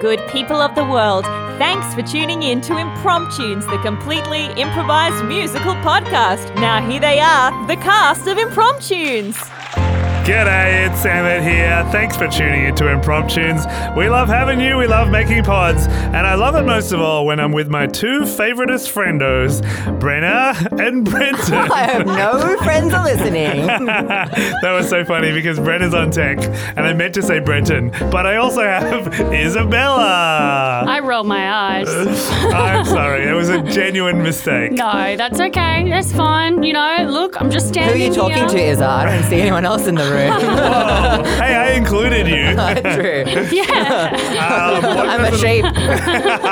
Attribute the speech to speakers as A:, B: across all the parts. A: Good people of the world, thanks for tuning in to Impromptunes, the completely improvised musical podcast. Now here they are, the cast of Impromptunes.
B: G'day, it's Samet here. Thanks for tuning into Impromptunes. We love having you, we love making pods, and I love it most of all when I'm with my two favoritest friendos, Brenna and Brenton.
C: I hope no friends are listening.
B: that was so funny because Brenna's on tech, and I meant to say Brenton, but I also have Isabella.
D: I roll my eyes.
B: I'm sorry, it was a genuine mistake.
D: No, that's okay. That's fine. You know, look, I'm just
C: Who are
D: standing
C: you talking to,
D: here.
C: Izza? I don't see anyone else in the room.
B: Hey, I included you.
C: True.
D: Yeah.
B: Um, one
C: I'm a
B: person-
C: sheep.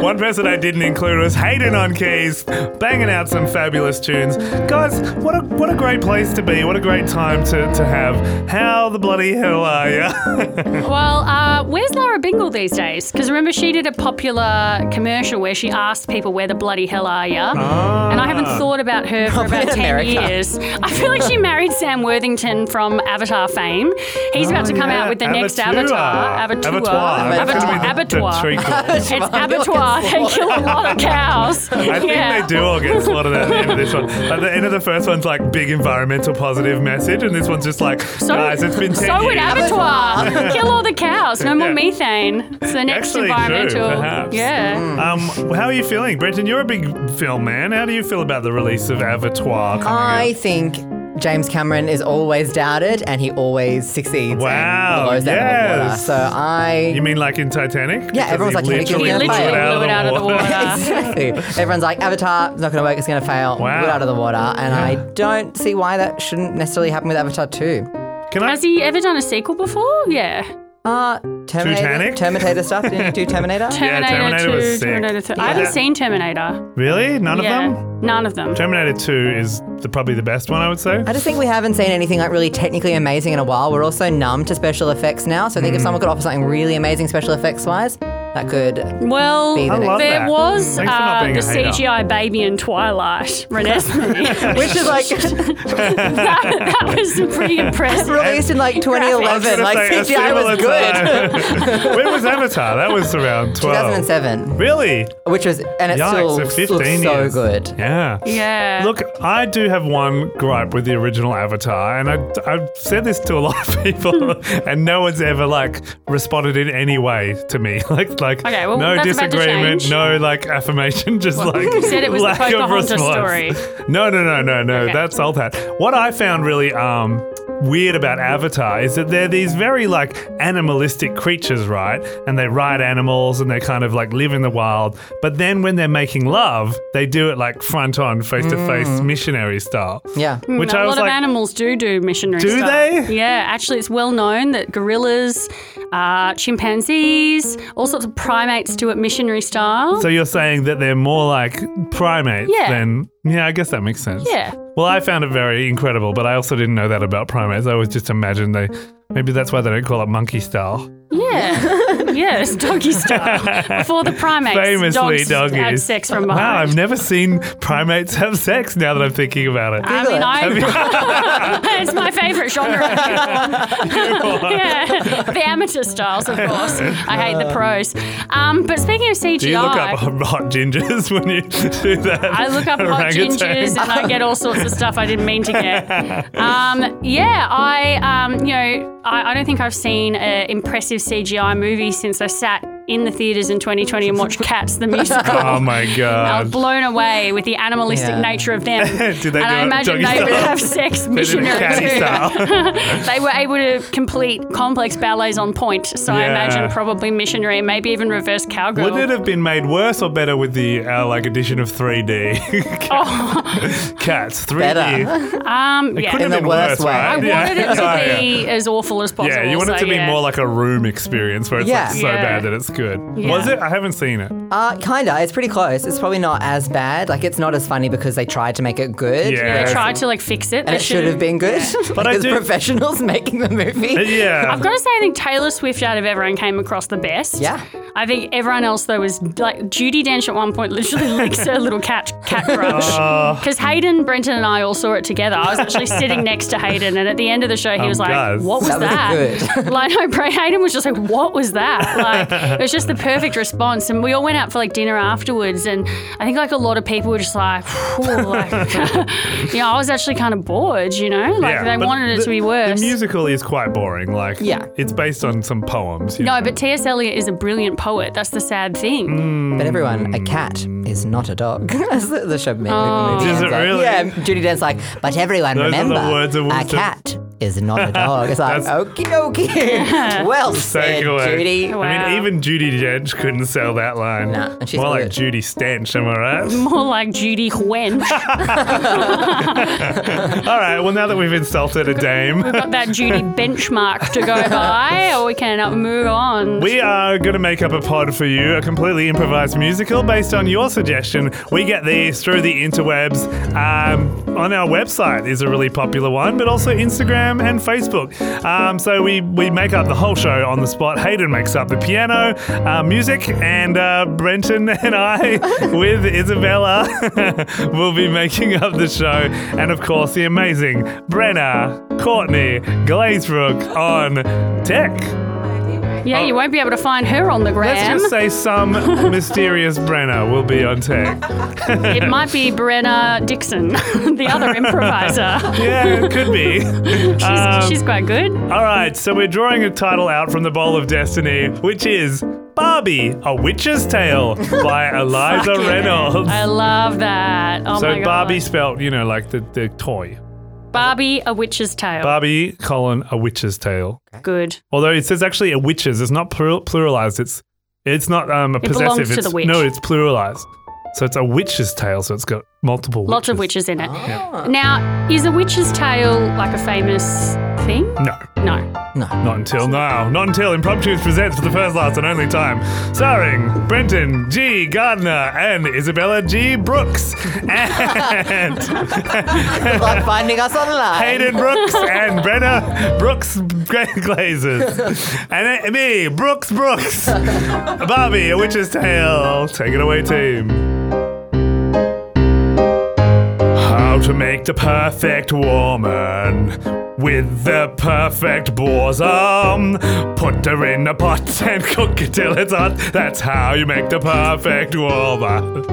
B: One person I didn't include was Hayden on keys, banging out some fabulous tunes. Guys, what a what a great place to be. What a great time to, to have. How the bloody hell are you?
D: well, uh, where's Lara Bingle these days? Because remember, she did a popular commercial where she asked people, "Where the bloody hell are ya?" And I
B: Ah.
D: haven't thought about her for
C: Probably
D: about
C: in
D: ten
C: America.
D: years. I feel like she married Sam Worthington from Avatar fame. He's about to come
B: Oh, yeah,
D: out with the next Avatar.
B: Avatar.
D: Avatar.
B: Avatar. That's
D: Avatar.
B: gonna be the- the
D: Abattoir.
B: treacle.
D: It's abattoir. They kill a lot of cows.
B: I think
D: yeah.
B: they do all get slaughtered at the end of this one. At the end of the first one's like big environmental positive message, and this one's just like, guys, it's been 10
D: so
B: years.
D: would abattoir. Kill all the cows. No more
B: Yeah.
D: methane. It's the next
B: Actually true,
D: environmental.
B: perhaps.
D: Yeah.
B: Um, how are you feeling, Brenton? You're a big film man. How do you feel about the release of Avatar? coming out?
C: I think James Cameron is always doubted and he always succeeds.
B: Wow,
C: And blows that out of the water.
B: yes.
C: So I.
B: You mean like in Titanic?
C: Yeah, everyone's like, "Can we give
D: He
C: Yeah,
D: literally
C: fire.
D: blew it out of the water.
C: Exactly. Everyone's like, Avatar, it's not going to work, it's going to fail.
B: Wow.
C: Put it out of the water. And I don't see why that shouldn't necessarily happen with Avatar 2.
B: Can I?
D: Has he ever done a sequel before? Yeah.
C: Uh, Terminator.
B: Titanic?
C: Terminator stuff? Didn't you do Terminator?
D: Terminator
B: Terminator
D: 2,
B: was sick.
D: Terminator 3. I haven't
B: Yeah.
D: seen Terminator.
B: Really? None
D: yeah.
B: of them?
D: None of them.
B: Terminator 2 is the, probably the best one, I would say.
C: I just think we haven't seen anything like really technically amazing in a while. We're also numb to special effects now, so I think if someone could offer something really amazing special effects wise, that could.
D: Well,
C: Be the I next love
D: there
B: that.
D: was uh,
B: Thanks for not being
D: the
B: a hater.
D: CGI baby in Twilight, Renesmee.
C: Which is like
D: that, that was pretty impressive.
C: released in like
B: I was
C: 2011.
B: gonna
C: Like
B: say a
C: CGI
B: similar
C: was good.
B: time. When was Avatar? That was around 12.
C: 2007,
B: Really?
C: which was and it
B: Yikes, at 15
C: still looks so
B: years.
C: good.
B: Yeah.
D: Yeah.
B: Look, I do have one gripe with the original Avatar, and I, I've said this to a lot of people, and no one's ever like responded in any way to me. Like, like
D: Okay, well,
B: no
D: that's about to
B: disagreement,
D: change.
B: no like affirmation, just like
D: You said it was the
B: lack of
D: Pocahontas
B: response.
D: story.
B: No, no, no, no, no.
D: Okay.
B: That's old hat. What I found really um weird about Avatar is that they're these very like animalistic creatures, right? And they ride animals and they kind of like live in the wild. But then when they're making love, they do it like front on, face to face, missionary style.
C: Yeah.
B: Which
D: Mm. Hmm, a
B: I was
D: lot of
B: like,
D: animals do do missionary
B: Do
D: stuff.
B: they?
D: Yeah, actually, it's well known that gorillas, uh, chimpanzees, all sorts of primates do it missionary style.
B: so you're saying that they're more like primates
D: Yeah.
B: than. Yeah, I guess that makes sense.
D: yeah.
B: Well, I found it very incredible, but I also didn't know that about primates. I always just imagined they. Maybe that's why they don't call it monkey style.
D: Yeah. yeah, it's doggy style. Before the primates,
B: Famously
D: dogs
B: doggy.
D: had sex from behind.
B: Wow, I've never seen primates have sex now that I'm thinking about it.
D: I mean, I, it's my favourite genre. yeah, the amateur styles, of course. I hate the pros. Um, but speaking of CGI,
B: Do you look up hot gingers when you do that?
D: I look up hot gingers and I get all sorts of stuff I didn't mean to get. Um, yeah, I, um, you know, I, I don't think I've seen an impressive CGI movie since I sat in the theaters in 2020 and watched Cats the musical.
B: Oh my
D: I was
B: god.
D: blown away with the animalistic
C: Yeah.
D: nature of them.
B: Did they do
D: and I
B: it
D: imagine
B: doggy
D: they would
B: style?
D: have sex
B: They did it
D: missionary
B: catty
D: too.
B: style.
D: They were able to complete complex ballets on point, so I
B: Yeah.
D: imagine probably missionary and maybe even reverse cowgirl.
B: Would it have been made worse or better with the uh, like addition of 3D
D: Oh.
B: cats? 3D.
C: Better.
D: um,
B: It
D: yeah.
B: could have
C: In the
B: been
C: worst
B: worse,
C: way.
B: right?
C: I
D: I
B: Yeah.
D: wanted it
B: Oh,
D: to
B: yeah.
D: be as awful as possible.
B: Yeah, you want it
D: so
B: to be
D: yeah.
B: more like a room experience where it's
C: Yeah.
B: like so
D: Yeah.
B: bad that it's good.
D: Yeah.
B: Was it? I haven't seen it.
C: Uh, kinda. It's pretty close. It's probably not as bad. Like, it's not as funny because they tried to make it good.
B: Yeah.
D: They
B: Yes.
D: tried to like fix it.
C: And
D: They
C: it should have been good.
B: But I
C: Because
B: do-
C: professionals making the movie.
B: Yeah.
D: I've got to say, I think Taylor Swift out of everyone came across the best.
C: Yeah.
D: I think everyone else though was like Judy Dench at one point literally licks her little cat cat brush
B: Oh.
D: because Hayden, Brenton, and I all saw it together. I was actually sitting next to Hayden, and at the end of the show, he
B: Oh,
D: was like,
B: guys.
D: "What was
C: That
D: that?"
C: was
D: like, no, Bray Hayden was just like, "What was that?" Like, it was just the perfect response, and we all went out for like dinner afterwards, and I think like a lot of people were just like, "Phew," like you know, I was actually kind of bored, you know, like
B: Yeah,
D: they
B: but
D: wanted it
B: the-
D: to be worse.
B: The musical is quite boring. Like,
C: Yeah.
B: it's based on some poems. you
D: no,
B: know.
D: but T.S. Eliot is a brilliant poet. That's the sad thing.
B: Mm.
C: But everyone, a cat is not a dog. As the, the show movie movie
B: Oh. Is
C: ends
B: it
C: on.
B: really?
C: Yeah, Judy Dench's like, but everyone
B: Those are the
C: remember,
B: words of
C: a
B: wisdom."
C: cat is not a dog. It's like,
B: That's-
C: okie dokie. well said,
B: Takeaway.
C: Judy.
B: I
D: Wow.
B: mean, even Judy Dench couldn't sell that line.
C: Nah, and she's
B: More like
C: good.
B: Judy Stench, am I right?
D: More like Judy Wench.
B: All right, well, now that we've insulted a dame,
D: Got that Judy benchmark to go by, or we can uh, move on.
B: We are going to make up a pod for you, a completely improvised musical based on your suggestion. We get these through the interwebs. Um, on our website is a really popular one, but also Instagram and Facebook. Um, so we, we make up the whole show on the spot. Hayden makes up the piano, uh, music, and uh, Brenton and I, with Isabella, will be making up the show. And of course, the amazing Brenna, Courtney, Glazebrook on tech.
D: yeah, you won't be able to find her on the
B: Let's
D: gram.
B: just say some mysterious Brenner will be on tech.
D: It might be Brenna Dixon, the other improviser.
B: Yeah, it could be.
D: She's,
B: Um,
D: she's quite good.
B: All right, so we're drawing a title out from the Bowl of Destiny, which is Barbie, A Witch's Tale by Eliza
D: Fucking-
B: Reynolds.
D: I love that. Oh my
B: so
D: god.
B: Barbie spelt, you know, like the, the toy.
D: Barbie, a witch's tale.
B: Barbie, colon, A Witch's Tale.
D: good.
B: Although it says actually a witch's, it's not plural, pluralized. It's it's not um, a
D: It belongs
B: possessive.
D: to
B: it's,
D: the witch.
B: No, it's pluralized. So it's a witch's tale. So it's got multiple. Witches.
D: Lots of witches in it. Now, is a witch's tale like a famous thing?
B: No.
D: No.
B: Not until now. Not until Impromptu presents for the first, last, and only time. Starring Brenton G. Gardner and Isabella G. Brooks. And
C: like finding us online.
B: Hayden Brooks and Brenna Brooks Glazers. And me, Brooks Brooks. Barbie, A Witch's Tale. Take it away, team. How to make the perfect woman with the perfect bosom. Put her in a pot and cook it till it's hot. That's how you make the perfect woman.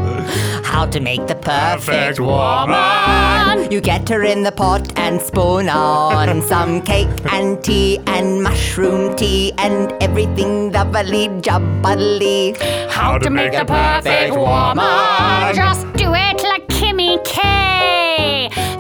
C: How to make the perfect
B: Perfect
C: woman.
B: woman.
C: You get her in the pot and spoon on some cake and tea and mushroom tea and everything lovely jubbly.
B: How to make the
C: perfect woman.
D: Just do it like Kimmy K.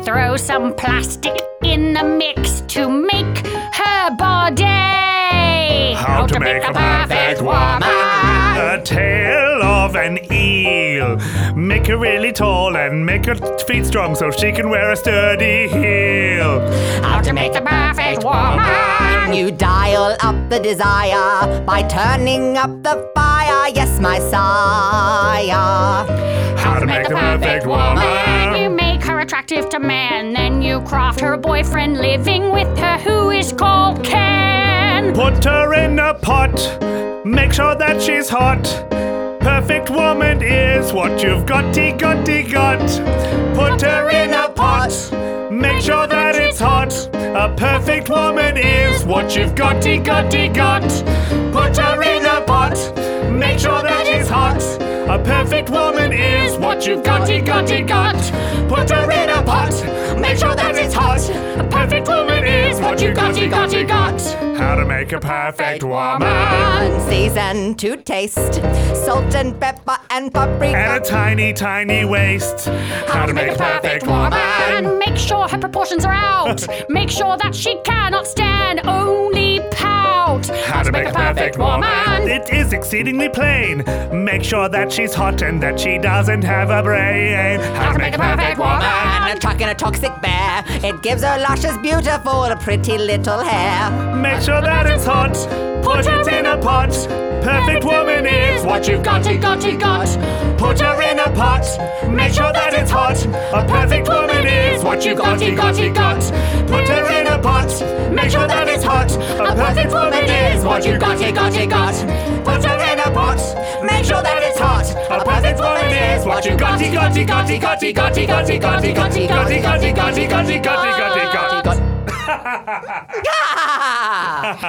D: Throw some plastic in the mix to make her body.
B: How to make a perfect woman. The tail of an eel. Make her really tall and make her feet strong so she can wear a sturdy heel.
C: How to make the perfect woman. You dial up the desire by turning up the fire. Yes, my sire.
B: How to make a perfect
D: You
B: woman.
D: make her attractive to man, then you craft her a boyfriend living with her who is called Ken.
B: Put her in a pot. Make sure that she's hot. Perfect woman is what you've goty goty got. Put her in a pot. Make sure that it's hot. A perfect woman is what you've goty goty got. Put her in a pot. Make sure that it's hot. A perfect woman is what you've goty goty got. Put her in a pot. Make sure that it's hot. A perfect woman is what you goty goty got. How to make a perfect woman.
C: Season to taste. Salt and pepper and paprika.
B: And a tiny, tiny waist. How to make a perfect woman.
D: And make sure her proportions are out. make sure that she cannot stand only pout. out. How, to make, a perfect, woman.
B: It is exceedingly plain. Make sure that she's hot and that she doesn't have a brain. How to make a perfect woman.
C: And a truck in a toxic bear. It gives her luscious, beautiful, pretty little hair.
B: Make sure that it's hot. Put it in a pot. Perfect woman is what you've got.
D: Got it, got it, got.
B: Put her in a pot. Make sure that it's hot. A perfect woman is what you've got. Got it, got. Put her in a pot. Make sure that it's hot. A perfect woman is what you've got. Got it, got. Put her in a pot. Make sure that it's hot. A perfect woman is what you've got. Got it, got. Got it, got. Got it, got. Got it, got. Got it, got. Got it, got. Got it, got. That's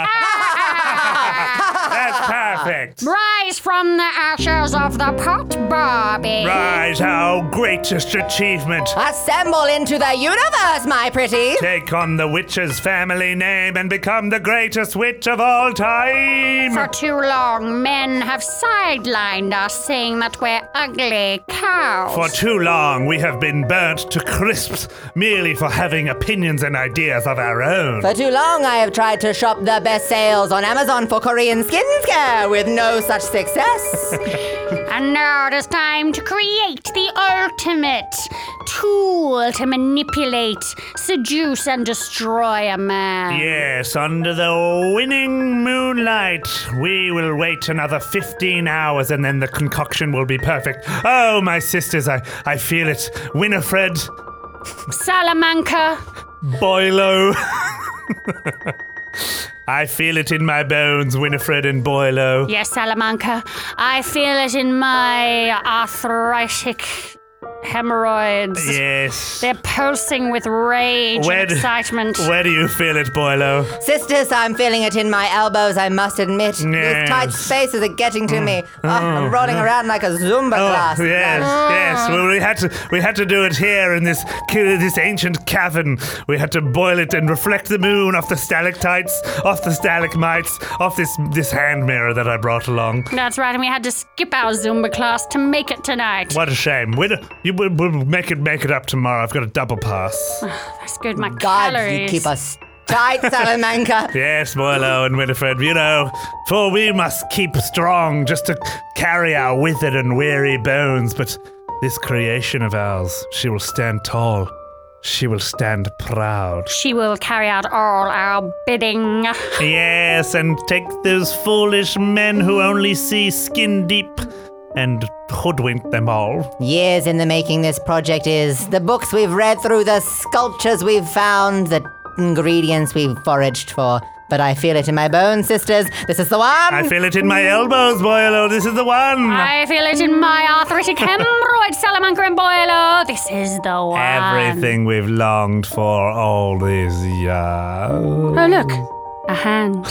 B: perfect.
E: Rise from the ashes of the pot, Barbie.
B: Rise, our greatest achievement.
C: Assemble into the universe, my pretty.
B: Take on the witch's family name and become the greatest witch of all
E: For
B: time.
E: too long, men have sidelined us, saying that we're ugly cows.
B: For too long, we have been burnt to crisps merely for having opinions and ideas of our own.
C: For too long, I have tried to shop the best sales on Amazon for Korean skincare with no such success.
E: and now it is time to create the ultimate tool to manipulate, seduce, and destroy a man.
B: Yes, under the winning moonlight, we will wait another 15 hours and then the concoction will be perfect. Oh, my sisters, I, I feel it. Winifred,
D: Salamanca.
B: Boilo. I feel it in my bones, Winifred and Boilo.
D: Yes, Salamanca. I feel it in my arthritic hemorrhoids.
B: Yes.
D: They're pulsing with rage
B: Where
D: and
B: do-
D: excitement.
B: Where do you feel it, Boilo?
C: Sisters, I'm feeling it in my elbows, I must
B: Yes.
C: admit.
B: Mm.
C: These tight spaces are getting to me. Oh, I'm rolling around like a Zumba class.
B: Oh, yes, yes. Well, we had to we had to do it here in this ca- this ancient cavern. We had to boil it and reflect the moon off the stalactites, off the stalagmites, off this this hand mirror that I brought along.
D: That's right, and we had to skip our Zumba class to make it tonight.
B: What a shame. We don't- you we'll, we'll make it make it up tomorrow. I've got a double pass.
D: That's good, my
C: God,
D: calories.
C: you keep us tight, Salamanca.
B: Yes, Boilo and Winifred. You know, for we must keep strong just to carry our withered and weary bones. But this creation of ours, she will stand tall. She will stand proud.
D: She will carry out all our bidding.
B: Yes, and take those foolish men who only see skin deep and hoodwink them all.
C: Years in the making, this project is. The books we've read through, the sculptures we've found, the ingredients we've foraged for. But I feel it in my bones, sisters. This is the one.
B: I feel it in my elbows, Boilo. This is the one.
D: I feel it in my arthritic hemorrhoid, Salamanca and Boilo. This is the one.
B: Everything we've longed for all these years.
D: Oh, look. A hand.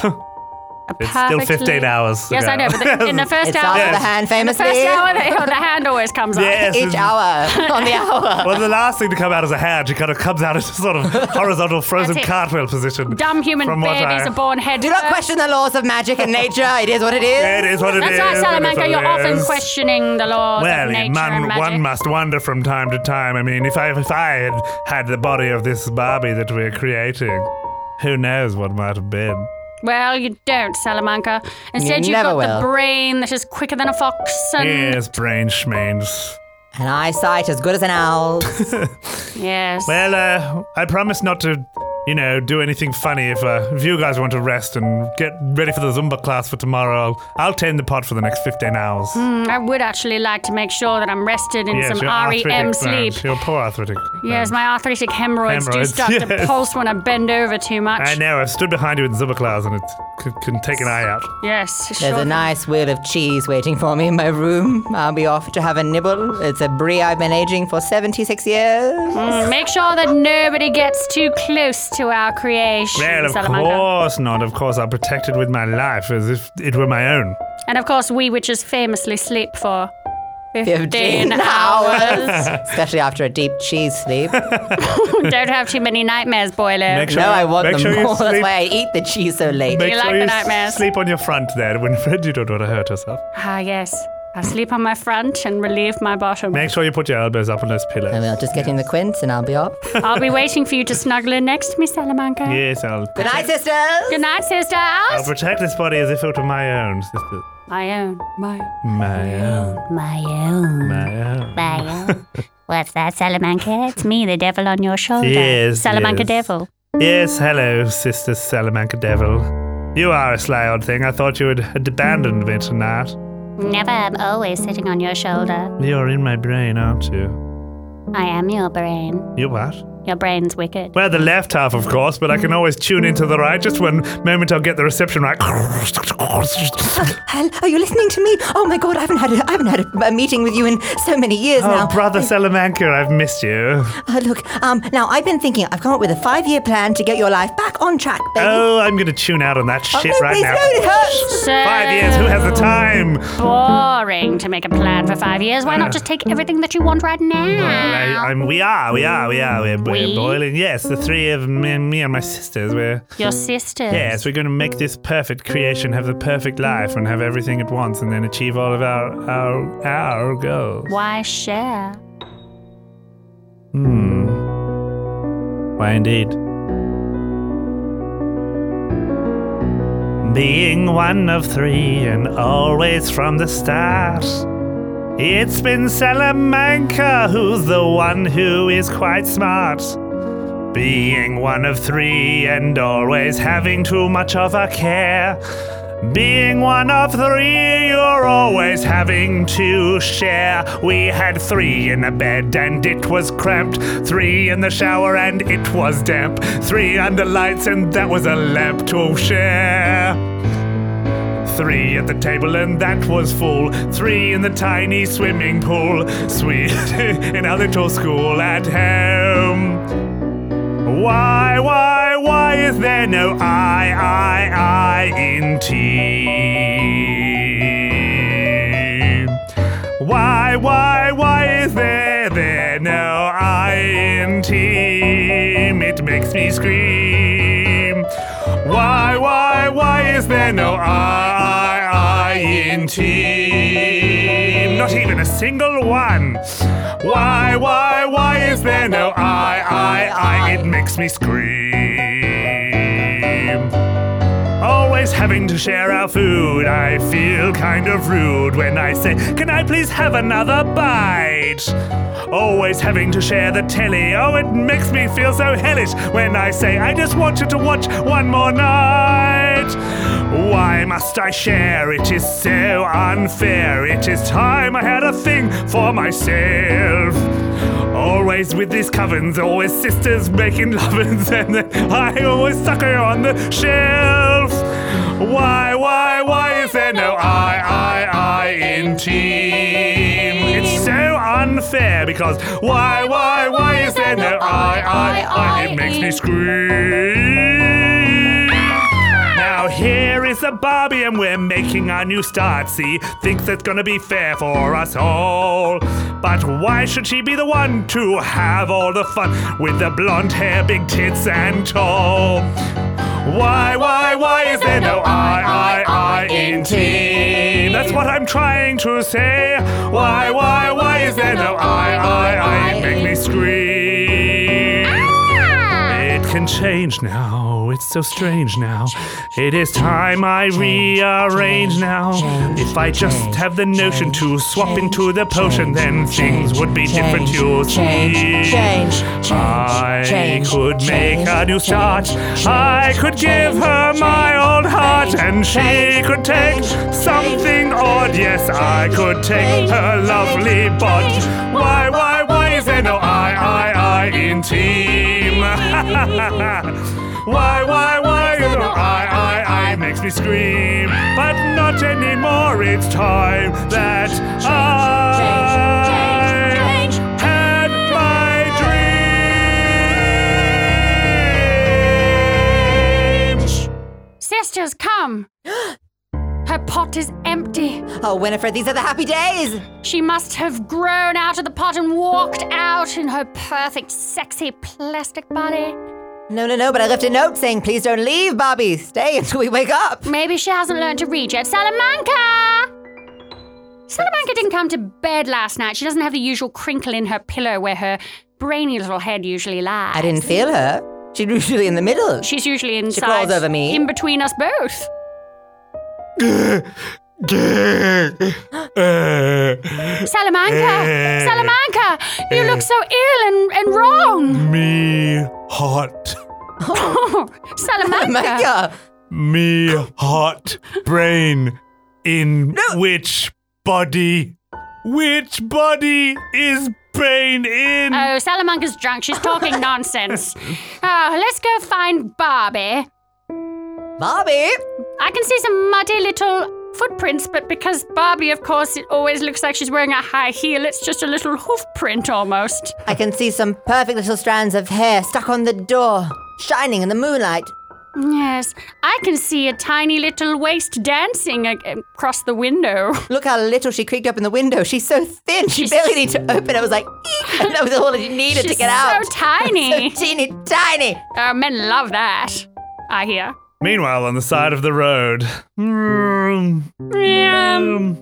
D: A
B: It's still 15
D: perfectly-
B: hours.
D: Yes, I know,
B: ago.
D: but the, in the first
C: it's
D: hour.
C: out of the hand
D: The
C: famously.
D: first hour, the, the hand always comes up.
B: Yes,
C: Each
B: it's-
C: hour on the hour.
B: Well, the last thing to come out is a hand. It kind of comes out in a sort of horizontal frozen
D: That's it.
B: cartwheel position.
D: Dumb human
B: From what
D: babies
B: I-
D: are born head
C: Do not
D: first.
C: question the laws of magic and nature. It is what it is.
B: It is what it
D: That's
B: is,
D: right,
B: it is
D: Salamanca.
B: what
D: You're
B: it
D: often
B: is.
D: questioning the laws
B: Well,
D: of nature
B: man,
D: and magic.
B: one must wonder from time to time. I mean, if I if I had had the body of this Barbie that we're creating, who knows what might have been?
D: Well, you don't, Salamanca. Instead, you have
C: never
D: got the
C: will.
D: brain that is quicker than a fox. And
B: Yes, brain schmains.
C: An eyesight as good as an owl's.
D: Yes.
B: Well, uh, I promise not to, you know, do anything funny. If uh, if you guys want to rest and get ready for the Zumba class for tomorrow, I'll I'll tend the pot for the next fifteen hours.
D: Mm, I would actually like to make sure that I'm rested in
B: yes,
D: some
B: your
D: REM
B: arthritic
D: E sleep.
B: bones, Your poor arthritic.
D: Yes,
B: bones.
D: my arthritic hemorrhoids,
B: Hemorrhoids,
D: do start
B: yes.
D: to pulse when I bend over too much.
B: I know. I've stood behind you in Zumba class, and it c- can take an eye out.
D: Yes, it
C: There's
D: sure.
C: a nice wheel of cheese waiting for me in my room. I'll be off to have a nibble. It's a brie I've been aging for 76 years.
D: Mm, Make sure that nobody gets too close to our creation,
B: Well, of
D: Salamanca.
B: course not. Of course, I'll protect it with my life as if it were my own.
D: And of course, we witches famously sleep for 15,
C: 15
D: hours.
C: Especially after a deep cheese sleep. no,
D: Don't have too many nightmares, Boiler.
B: Make sure you-
C: I want
B: make
C: them
B: sure you
C: more. That's
B: sleep-
C: why I eat the cheese so late.
B: Make
D: you like
B: sure
D: the
B: you
D: nightmares?
B: sleep on your front there, Winfred. You don't want to hurt yourself.
D: ah, yes. I sleep on my front and relieve my bottom.
B: Make sure you put your elbows up on those
C: I
B: pillows.
C: will just get in the quince and I'll be off.
D: I'll be waiting for you to snuggle in next to me, Salamanca.
B: Yes, I'll.
C: Good night, sisters.
D: Good night, sisters.
B: I'll protect this body as if it were my own, sister.
D: My own. My
B: My own.
E: My own.
B: My own.
E: My own. What's that, Salamanca? It's me, the devil on your shoulder.
B: Yes,
E: Salamanca
B: yes.
E: devil.
B: Yes, hello, Sister Salamanca Devil. You are a sly old thing. I thought you had, had abandoned me tonight.
E: Never am always sitting on your shoulder.
B: You're in my brain, aren't you?
E: I am your brain.
B: You what?
E: Your brain's wicked.
B: Well, the left half, of course, but I can always tune into the right just one moment I'll get the reception right.
C: Hal, are you listening to me? Oh my god, I haven't had a, I haven't had a, a meeting with you in so many years
B: Oh,
C: now.
B: Brother Salamanca, I've missed you.
C: Uh, look, um, now I've been thinking. I've come up with a five-year plan to get your life back on track, baby.
B: Oh, I'm going to tune out on that
C: Oh,
B: shit
C: no,
B: right
C: please,
B: now.
C: no, it hurts.
B: Five years, who has the time?
E: Boring to make a plan for five years. Why not just take everything that you want right now?
B: I, I'm, we are, we are, we are. We're, we're boiling. Yes, the three of me, me and my sisters, we're.
E: Your sister.
B: Yes, we're going to make this perfect creation, have the perfect life, and have everything at once, and then achieve all of our our our goals.
E: Why share?
B: Hmm. Why indeed? Being one of three and always from the start. It's been Salamanca who's the one who is quite smart. Being one of three and always having too much of a care. Being one of three, you're always having to share. We had three in a bed and it was cramped. Three in the shower and it was damp. Three under lights and that was a lamp to share. Three at the table and that was full. Three in the tiny swimming pool. Sweet in our little school at home. Why, why, why is there no I, I, I in tea? Why, why, why is there, there no I in team? It makes me scream. Why, why, why is there no I, I, I in team? Not even a single one. Why, why, why is there no I, I, I? It makes me scream. Always having to share our food, I feel kind of rude when I say, Can I please have another bite? Always having to share the telly, oh, it makes me feel so hellish when I say, I just want you to watch one more night. Why must I share? It is so unfair. It is time I had a thing for myself. Always with these covens, always sisters making lovins, and then I always suck her on the shelf. Why, why, why is there no I, I, I in team? It's so unfair because why, why, why is there no I, I, I? It makes me scream. Now here is a Barbie and we're making our new start. See, think that's gonna be fair for us all. But why should she be the one to have all the fun with the blonde hair, big tits, and tall? Why, why, why is there no I, I, I in team? That's what I'm trying to say. Why, why, why is there no I, I, I? Make me scream. It can change now. It's so strange now. It is time I rearrange now. If I just have the notion to swap into the potion, then things would be different, you'll see. I could make a new start. I could give her my old heart, and she could take something odd. Yes, I could take her lovely bod. Why, why, why is there no I, I, I in team? Why, why, why? You know, I, I, I makes me scream. But not anymore. It's time that I had my dreams.
D: sisters, come. Her pot is empty.
C: Oh, Winifred, these are the happy days.
D: She must have grown out of the pot and walked out in her perfect, sexy plastic body.
C: No, no, no, but I left a note saying, please don't leave, Bobby. Stay until we wake up.
D: Maybe she hasn't learned to read yet. Salamanca! Salamanca didn't come to bed last night. She doesn't have the usual crinkle in her pillow where her brainy little head usually lies.
C: I didn't feel her. She's usually in the middle.
D: She's usually inside.
C: crawls over me.
D: In between us both. Salamanca! Salamanca! You look so ill and, and wrong!
B: Me hot.
D: Salamanca!
C: My God.
B: Me hot brain in which body? Which body is brain in?
D: Oh, Salamanca's drunk. She's talking nonsense. Oh, let's go find Barbie.
C: Bobby!
D: I can see some muddy little footprints, but because Barbie, of course, it always looks like she's wearing a high heel, it's just a little hoof print almost.
C: I can see some perfect little strands of hair stuck on the door, shining in the moonlight.
D: Yes, I can see a tiny little waist dancing ag- across the window.
C: Look how little she creaked up in the window. She's so thin. She
D: She's-
C: barely needed to open. I was like, "Eek," and that was all she needed to
D: She's
C: get
D: so
C: out.
D: tiny.
C: so teeny tiny.
D: Uh, men love that, I hear.
B: Meanwhile, on the side of the road. Mm, mm,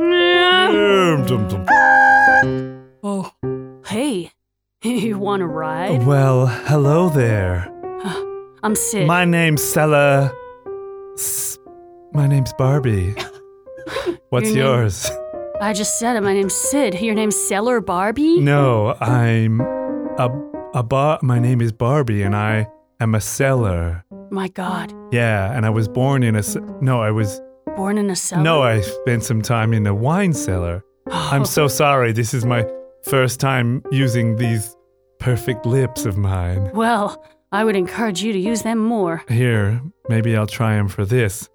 B: mm, dum, dum.
D: Oh, hey, you want to ride?
B: Well, hello there.
D: I'm sick.
B: My name's Stella. S- My name's Barbie. What's
D: Your name-
B: yours?
D: I just said it. My name's Sid. Your name's Seller Barbie?
B: No, I'm a a bar. My name is Barbie, and I am a seller.
D: My God.
B: Yeah, and I was born in a s- no. I was
D: Born in a cellar.
B: no. I spent some time in a wine cellar. I'm so sorry. This is my first time using these perfect lips of mine.
D: Well, I would encourage you to use them more.
B: Here, maybe I'll try them for this.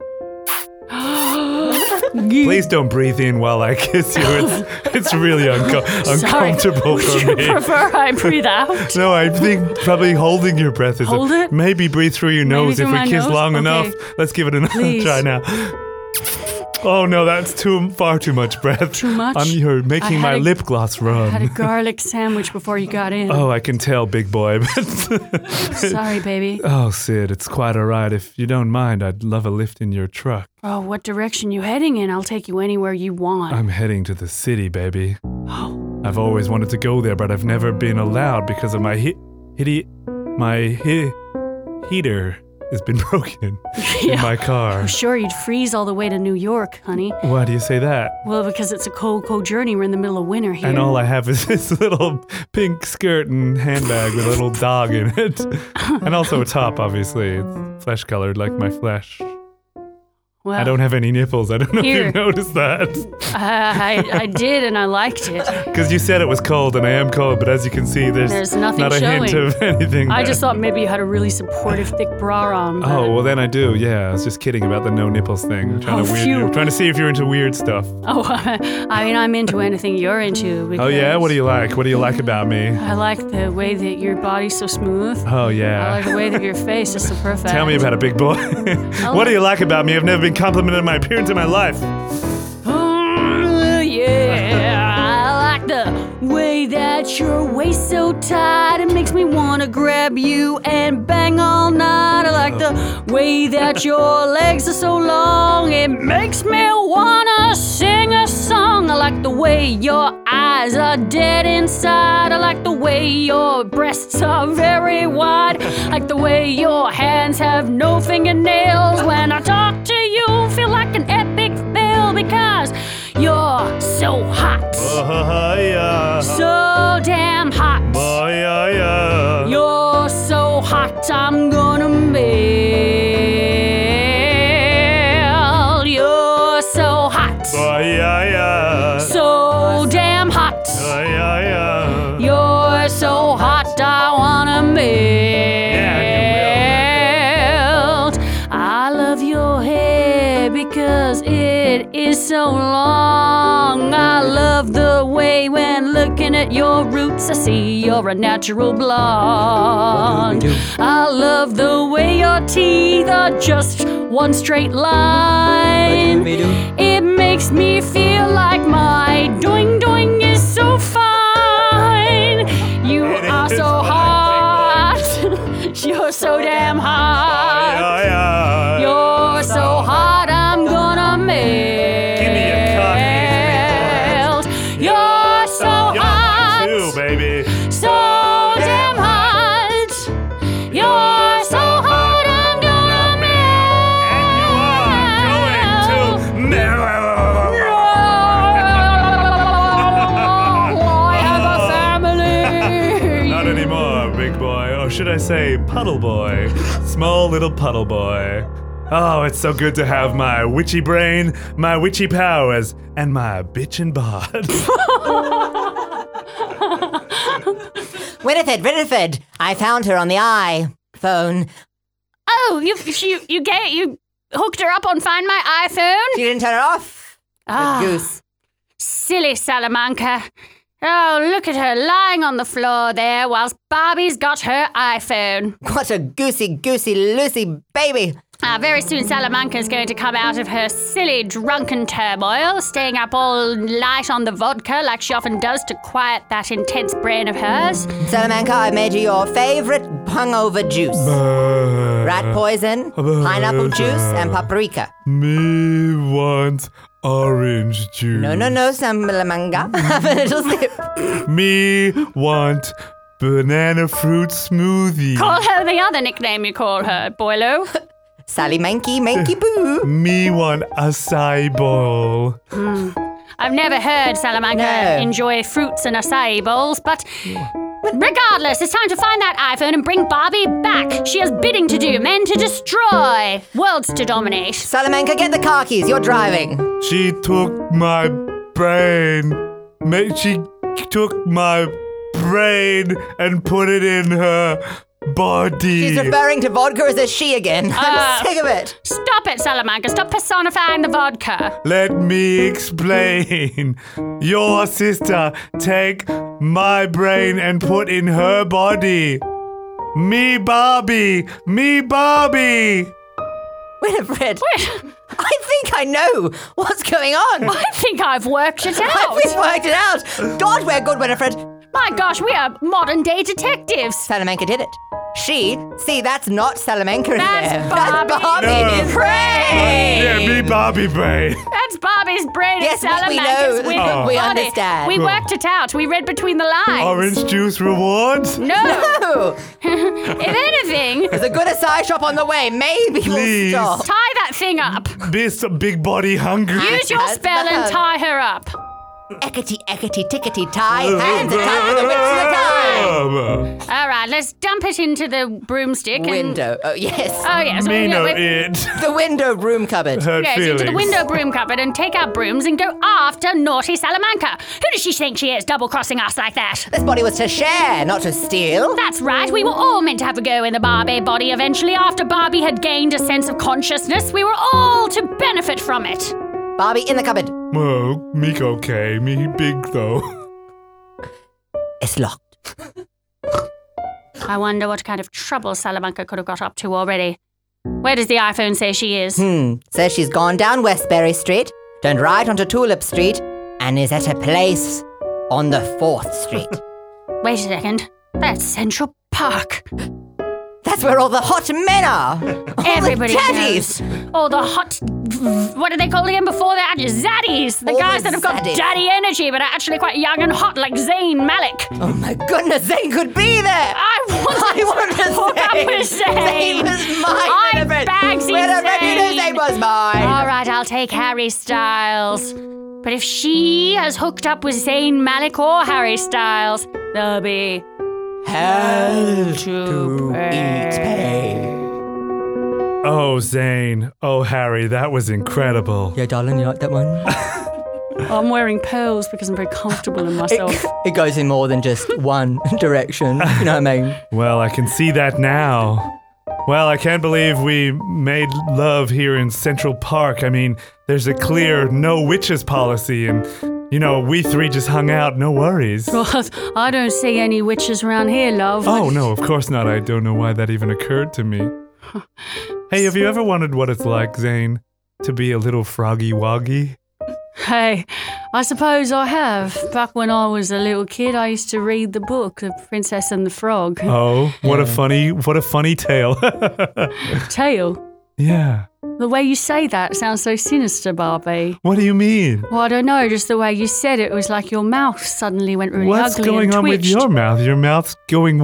B: Please don't breathe in while I kiss you. It's, it's really unco-
D: Sorry.
B: uncomfortable
D: Would
B: for
D: you
B: me.
D: prefer I breathe out?
B: No, I think probably holding your breath is
D: Hold
B: a,
D: it?
B: maybe breathe through your nose
D: through
B: if we
D: my
B: kiss
D: nose?
B: long
D: Okay.
B: enough. Let's give it another
D: Please.
B: try now. Oh no, that's too far too much breath. Too
D: much?
B: I'm you're making
D: had
B: my
D: a-
B: lip gloss
D: I had a
B: run.
D: garlic sandwich before you got in.
B: Oh, I can tell, big boy. But
D: Sorry, baby.
B: oh, Sid, it's quite all right. If you don't mind, I'd love a lift in your truck.
D: Oh, what direction you heading in? I'll take you anywhere you want.
B: I'm heading to the city, baby. I've always wanted to go there, but I've never been allowed because of my hit, hitty, my hit, heater has been broken in my car.
D: I'm sure you'd freeze all the way to New York, honey.
B: Why do you say that?
D: Well, because it's a cold, cold journey. We're in the middle of winter here.
B: And all I have is this little pink skirt and handbag with a little dog in it, and also a top, obviously. It's flesh colored like my flesh.
D: well,
B: I don't have any nipples. I don't know
D: Here.
B: if you noticed that.
D: I, I, I did, and I liked it.
B: Because you said it was cold, and I am cold, but as you can see, there's,
D: There's nothing
B: not a hint
D: showing.
B: of anything.
D: I
B: there.
D: just thought maybe you had a really supportive, thick bra on. but-
B: Oh well, then I do. Yeah, I was just kidding about the no nipples thing. Trying
D: Oh,
B: to weird
D: phew.
B: you. Trying to see if you're into weird stuff.
D: Oh, I mean, I'm into anything you're into.
B: Oh yeah, what do you like? What do you like about me?
D: I like the way that your body's so smooth.
B: Oh
D: I like
B: yeah.
D: the way that your face is so perfect.
B: Tell me about it, big boy. what do you like about me? I've never been complimented on my appearance in my life.
D: Oh, yeah. I like the way that your waist so tight. It makes me want to grab you and bang all night. I like the way that your legs are so long. It makes me want to sing a song. I like the way your eyes are dead inside. I like the way your breasts are very wide. I like the way your hands have no fingernails. When I talk to you, feel like an epic fail because you're so hot.
B: Oh yeah.
D: So damn hot.
B: Oh yeah yeah.
D: You're so hot, I'm gonna melt. You're so hot.
B: Oh yeah yeah.
D: So damn hot.
B: Oh yeah yeah.
D: You're so hot, I wanna melt. I love your hair because it is so long. I love the way when looking at your roots, I see you're a natural blonde. I love the way your teeth are just one straight line. It makes me feel like my doing doing is so fine. You
B: It
D: are
B: is
D: so
B: fine,
D: hot. You're so damn hot.
B: Oh yeah yeah.
D: You're so hot, I'm gonna make.
B: Give me a cut. I say? Puddle boy. Small little puddle boy. Oh, it's so good to have my witchy brain, my witchy powers, and my bitchin' bod.
C: Winifred, Winifred, I found her on the iPhone.
E: Oh, you you you get you hooked her up on Find My iPhone?
C: She didn't turn it off. Ah. Goose.
E: Silly Salamanca. Oh, look at her lying on the floor there whilst Barbie's got her iPhone.
C: What a goosey, goosey, loosey baby.
E: Ah, very soon Salamanca's going to come out of her silly drunken turmoil, staying up all night on the vodka like she often does to quiet that intense brain of hers.
C: Salamanca, I made you your favorite hungover juice. Rat poison, pineapple juice, and paprika.
B: Me want orange juice.
C: No, no, no, Salamanca. Have a little sip.
B: Me want banana fruit smoothie.
D: Call her the other nickname you call her, Boilo.
C: Sally Mankey, Mankey Boo.
B: Me want acai bowl.
D: I've never heard Salamanca
C: No.
D: enjoy fruits and acai bowls, but
E: Regardless, it's time to find that iPhone and bring Barbie back. She has bidding to do, men to destroy, worlds to dominate.
C: Salamanca, get the car keys. You're driving.
B: She took my brain. Ma- She took my brain and put it in her body.
C: She's referring to vodka as a she again. I'm sick of it.
D: stop it, Salamanca. Stop personifying the vodka.
B: Let me explain. Your sister take my brain and put in her body. Me Barbie, me Barbie.
C: Winifred. I think I know what's going on.
D: I think I've worked it
C: I've
D: out.
C: just worked it out. God, we're good, Winifred.
D: My gosh, we are modern day detectives.
C: Salamanca did it. She, see, that's not Salamanca in
D: That's
C: there.
D: Barbie.
C: That's Barbie.
B: No.
C: Hooray!
B: Yeah, me Barbie brain.
D: That's Barbie's brain
C: Yes, we-
D: and
C: we
D: Salamanca's
C: know.
D: with
C: Oh. We
D: body.
C: understand.
D: We worked it out. We read between the lines.
B: Orange juice rewards.
D: No,
C: Oh,
D: if anything,
C: there's a good acai shop on the way. Maybe
B: Please.
C: we'll stop.
D: tie that thing up.
B: This big body hungry.
D: Use your
C: That's
D: spell
C: bad.
D: and tie her up.
C: Eckety, eckety, tickety, tie, hands a tie, the witch of the time.
D: All right, let's dump it into the broomstick. and-
C: Window. Oh, yes.
D: Oh, yes.
B: Me
D: we're
B: no
D: gonna-
B: it.
C: The window room cupboard.
B: Hurt
D: Yes,
B: feelings.
D: into the window broom cupboard and take our brooms and go after naughty Salamanca.
E: Who does she think she is, double crossing us like that?
C: This body was to share, not to steal.
E: That's right, we were all meant to have a go in the Barbie body eventually after Barbie had gained a sense of consciousness. We were all to benefit from it.
C: Barbie in the cupboard.
B: Oh, me okay, me big though.
C: It's locked.
D: I wonder what kind of trouble Salamanca could have got up to already. Where does the iPhone say she is?
C: Hmm. Says she's gone down Westbury Street, turned right onto Tulip Street, and is at a place on the 4th Street.
D: Wait a second. That's Central Park.
C: That's where all the hot men are. All
D: Everybody
C: the daddies.
D: knows. All the hot. What are they called again before that? Zaddies. The
C: All
D: guys
C: the
D: that have got
C: zaddies.
D: daddy energy but are actually quite young and hot, like Zayn Malik.
C: Oh my goodness, Zane could be there.
D: I want.
C: I want to
D: hook up
C: say
D: with Zane.
C: was mine.
D: I
C: Winifred.
D: bags him,
C: Winifred, you know
D: Zane.
C: Zane was mine.
D: All right, I'll take Harry Styles. But if she has hooked up with Zayn Malik or Harry Styles, there'll be
C: Hell
D: to
C: eat pain.
B: Oh, Zane. Oh, Harry, that was incredible.
C: Yeah, darling, you like that one?
D: oh, I'm wearing pearls because I'm very comfortable in myself.
C: it goes in more than just one direction. You know what I mean?
B: Well, I can see that now. Well, I can't believe we made love here in Central Park. I mean, there's a clear no witches policy, and, you know, we three just hung out, no worries.
D: Oh, I don't see any witches around here, love.
B: Oh, no, of course not. I don't know why that even occurred to me. Hey, have you ever wondered what it's like, Zane, to be a little froggy woggy?
D: Hey, I suppose I have. Back when I was a little kid, I used to read the book, The Princess and the Frog.
B: Oh, what a funny, what a funny tale.
D: Tale.
B: yeah.
D: The way you say that sounds so sinister, Barbie.
B: What do you mean?
D: Well, I don't know. Just the way you said it, it was like your mouth suddenly went really
B: What's
D: ugly
B: going
D: and
B: on with
D: twitched.
B: your mouth? Your mouth's going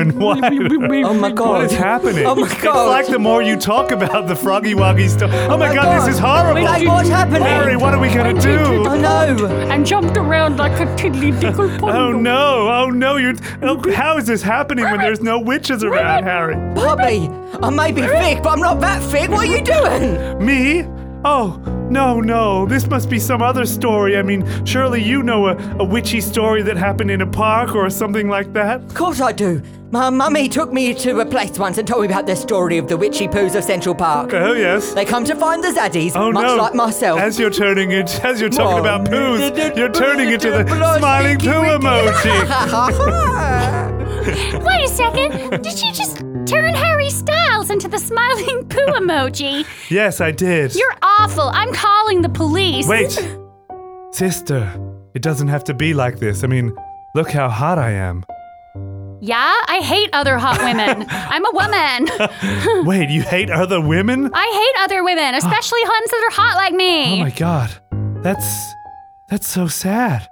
B: and wider.
F: Oh
G: my God.
B: What is happening?
G: Oh my God.
B: It's like the more you talk about the froggy woggy stuff. Oh, my god, this is horrible.
G: Like, what's happening?
B: Harry, what are we going to do?
G: Oh no!
D: and jumped around like a tiddly dickle
B: Oh no, oh no, you're. Oh, how is this happening when there's no witches around, Harry?
G: Bobby! I may be thick, but I'm not that thick. What are you doing?
B: Me? Oh, no, no, this must be some other story. I mean, surely you know a, a witchy story that happened in a park or something like that?
G: Of course I do. My mummy took me to a place once and told me about the story of the witchy poos of Central Park.
B: Oh, yes.
G: They come to find the zaddies,
B: Oh
G: much
B: no!
G: like myself.
B: As you're turning it, as you're talking about poos, you're turning into the smiling poo emoji.
E: Wait a second. Did you just turn Harry Styles into the smiling poo emoji?
B: Yes, I did.
E: You're awful. I'm calling the police.
B: Wait, sister, it doesn't have to be like this. I mean, look how hot I am.
D: Yeah, I hate other hot women. I'm a woman.
B: Wait, you hate other women?
D: I hate other women, especially ones that are hot like
B: Oh
D: me.
B: my god, that's that's so sad.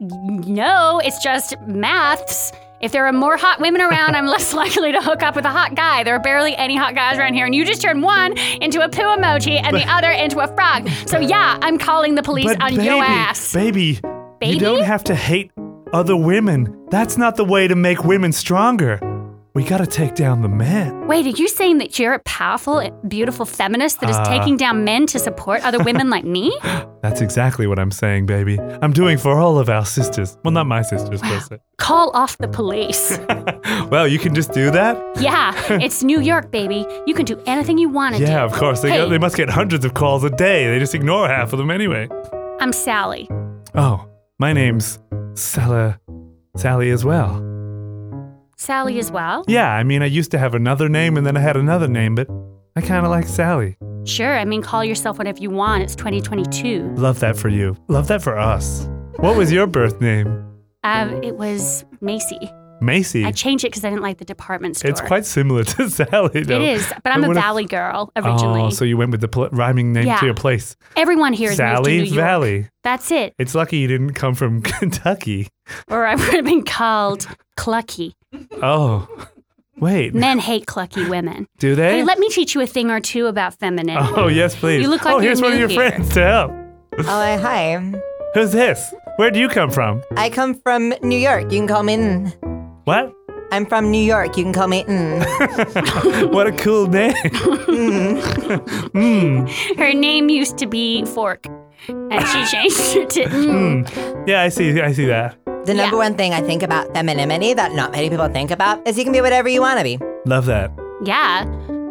D: no, it's just maths. If there are more hot women around, I'm less likely to hook up with a hot guy. There are barely any hot guys around here, and you just turned one into a poo emoji and the other into a frog. So yeah, I'm calling the police
B: But
D: on
B: baby,
D: your ass.
B: baby,
D: Baby?
B: you don't have to hate other women. That's not the way to make women stronger. We gotta take down the man.
D: Wait, are you saying that you're a powerful, beautiful feminist that is
B: Uh.
D: taking down men to support other women like me?
B: That's exactly what I'm saying, baby. I'm doing for all of our sisters. Well, not my sisters, but
D: Call off the police.
B: well, you can just do that.
D: yeah, it's New York, baby. You can do anything you want to do.
B: Yeah, of course. They go,
D: Hey.
B: they must get hundreds of calls a day. They just ignore half of them anyway.
D: I'm Sally.
B: Oh, my name's Sella Sally as well.
D: Sally as well?
B: Yeah, I mean, I used to have another name and then I had another name, but I kind of like Sally.
D: Sure, I mean, call yourself whatever you want. It's 2022.
B: Love that for you. Love that for us. What was your birth name?
D: Um, it was Macy.
B: Macy.
D: I changed it because I didn't like the department store.
B: It's quite similar to Sally, though.
D: It is, but I'm a
B: what if-
D: Valley girl originally.
B: Oh, so you went with the pl- rhyming name
D: Yeah.
B: to your place.
D: Everyone here is moved to
B: Sally
D: New York.
B: Valley.
D: That's it.
B: It's lucky you didn't come from Kentucky.
D: Or I would have been called Clucky.
B: Oh, wait.
D: Men hate clucky women.
B: Do they?
D: Hey, let me teach you a thing or two about femininity.
B: Oh yes, please.
D: You look like
B: oh,
D: you're
B: here's one of
D: new
B: your
D: here.
B: friends to help.
C: Oh, hi.
B: Who's this? Where do you come from?
C: I come from New York. You can call me. mm.
B: What?
C: I'm from New York. You can call me. mm.
B: What a cool name.
D: Her name used to be Fork, and she changed it to. Mm.
B: yeah, I see. I see that.
C: The number one thing I think about femininity that not many people think about is you can be whatever you want to be.
B: Love that.
D: Yeah.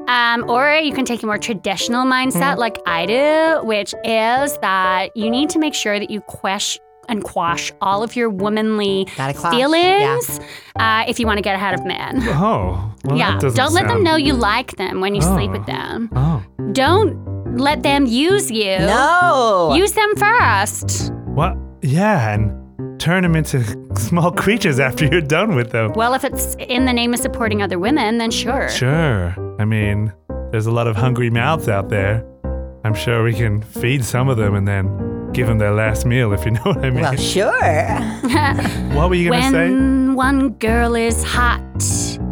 D: Um, or you can take a more traditional
B: Mm-hmm.
D: mindset like I do, which is that you need to make sure that you question and quash all of your womanly
C: Gotta quash,
D: feelings uh, if you want to get ahead of men.
B: Oh, well,
D: yeah.
B: That doesn't
D: Don't let them
B: sound-
D: know you like them when you sleep
B: Oh.
D: with them.
B: Oh,
D: Don't let them use you.
C: No.
D: Use them first.
B: what? Yeah, and turn them into small creatures after you're done with them.
D: Well, if it's in the name of supporting other women, then sure.
B: Sure. I mean, there's a lot of hungry mouths out there. I'm sure we can feed some of them and then give them their last meal, if you know what I mean.
C: well, sure.
B: what were you gonna say?
D: When one girl is hot,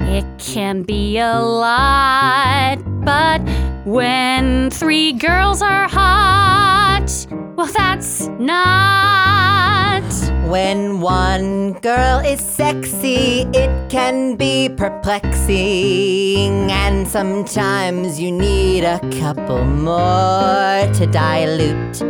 D: it can be a lot. But when three girls are hot, well, that's not.
C: When one girl is sexy, it can be perplexing. And sometimes you need a couple more to dilute.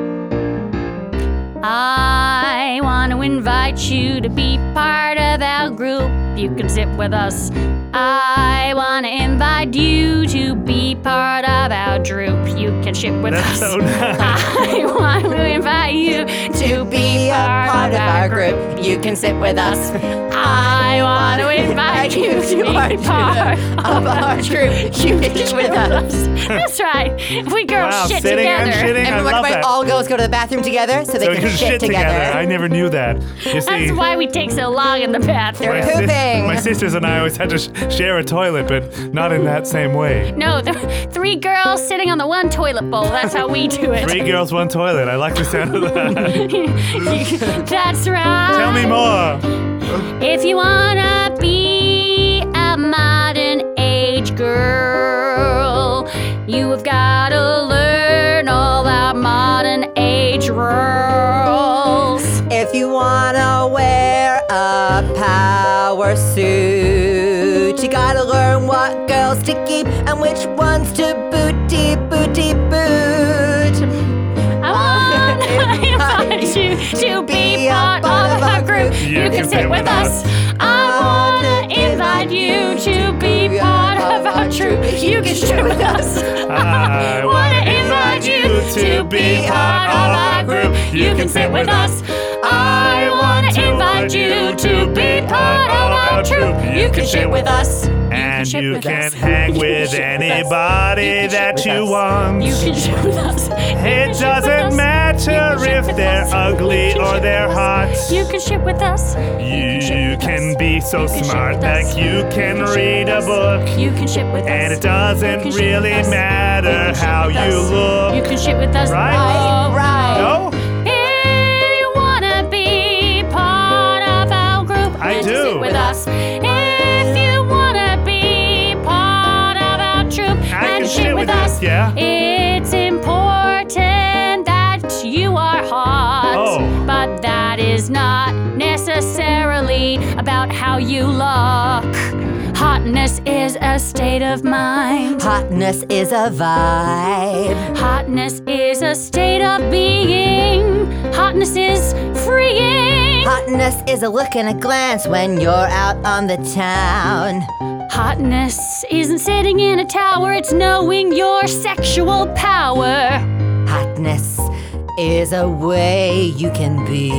D: I want to invite you to be part of our group. You can sit with us. I want to invite you to be part of our droop. You can ship with
B: That's
D: us.
B: so nice.
D: I want to invite you to be
C: Be a part of our group. You can sit with us.
D: I want to invite you to be part
C: of our group. You can sit with us.
D: That's right. We girls
B: wow,
D: shit
B: sitting and
D: together.
B: shitting.
C: Everyone,
B: I love that.
C: all girls go to the bathroom together so they
B: so we
C: can shit, together.
B: I never knew that. You see,
D: That's why we take so long in the bathroom.
B: my,
C: They're pooping.
B: my sisters and I always had to sh- share a toilet, but not in that same way.
D: No, the three girls sitting on the one toilet bowl. That's how we do it.
B: Three girls, one toilet. I like the sound of that.
D: That's right.
B: Tell me more.
D: If you wanna be a modern age girl, you have gotta learn all our modern age rules.
C: If you wanna wear a power suit, you gotta learn what girls to keep and which ones to booty, booty, boot.
D: I want I want you to be part of our group. You can sit with us. I wanna invite you to be part of our troop. You can share with us.
B: I
D: wanna invite you to be part of our group. You can sit with us. I wanna invite you to be part of our troop. You can shit with us.
B: And
D: ship
B: you
D: with
B: can
D: us.
B: hang
D: You can
B: with
D: ship with us.
B: anybody
D: You can ship
B: that
D: with
B: you
D: us.
B: want.
D: You can shit with us. You can
B: It
D: shit with us.
B: doesn't matter
D: You can ship
B: if
D: with
B: they're
D: us.
B: ugly
D: You can
B: or
D: ship
B: they're
D: with
B: hot.
D: us. You can ship with us.
B: You can be so
D: ship
B: smart
D: with
B: that
D: us.
B: you can
D: You can ship
B: read a
D: with us.
B: book.
D: You can ship with us.
B: And it
D: You can
B: doesn't
D: ship
B: really
D: with us. You
B: matter
D: can ship
B: how
D: with
B: you
D: us. You
B: look.
D: can ship with us.
B: Right?
D: All right.
B: No?
D: If you wanna be part of our group,
B: I
D: you can
B: do.
D: Sit with us. If you wanna be part of our troop,
B: I can
D: and shit
B: shit
D: with
B: with
D: us.
B: us, yeah.
D: It's important that you are hot,
B: Oh.
D: but that is not necessarily about how you look. Hotness is a state of mind.
C: Hotness is a vibe.
D: Hotness is a state of being. Hotness is freeing.
C: Hotness is a look and a glance when you're out on the town.
D: Hotness isn't sitting in a tower, it's knowing your sexual power.
C: Hotness is a way you can be.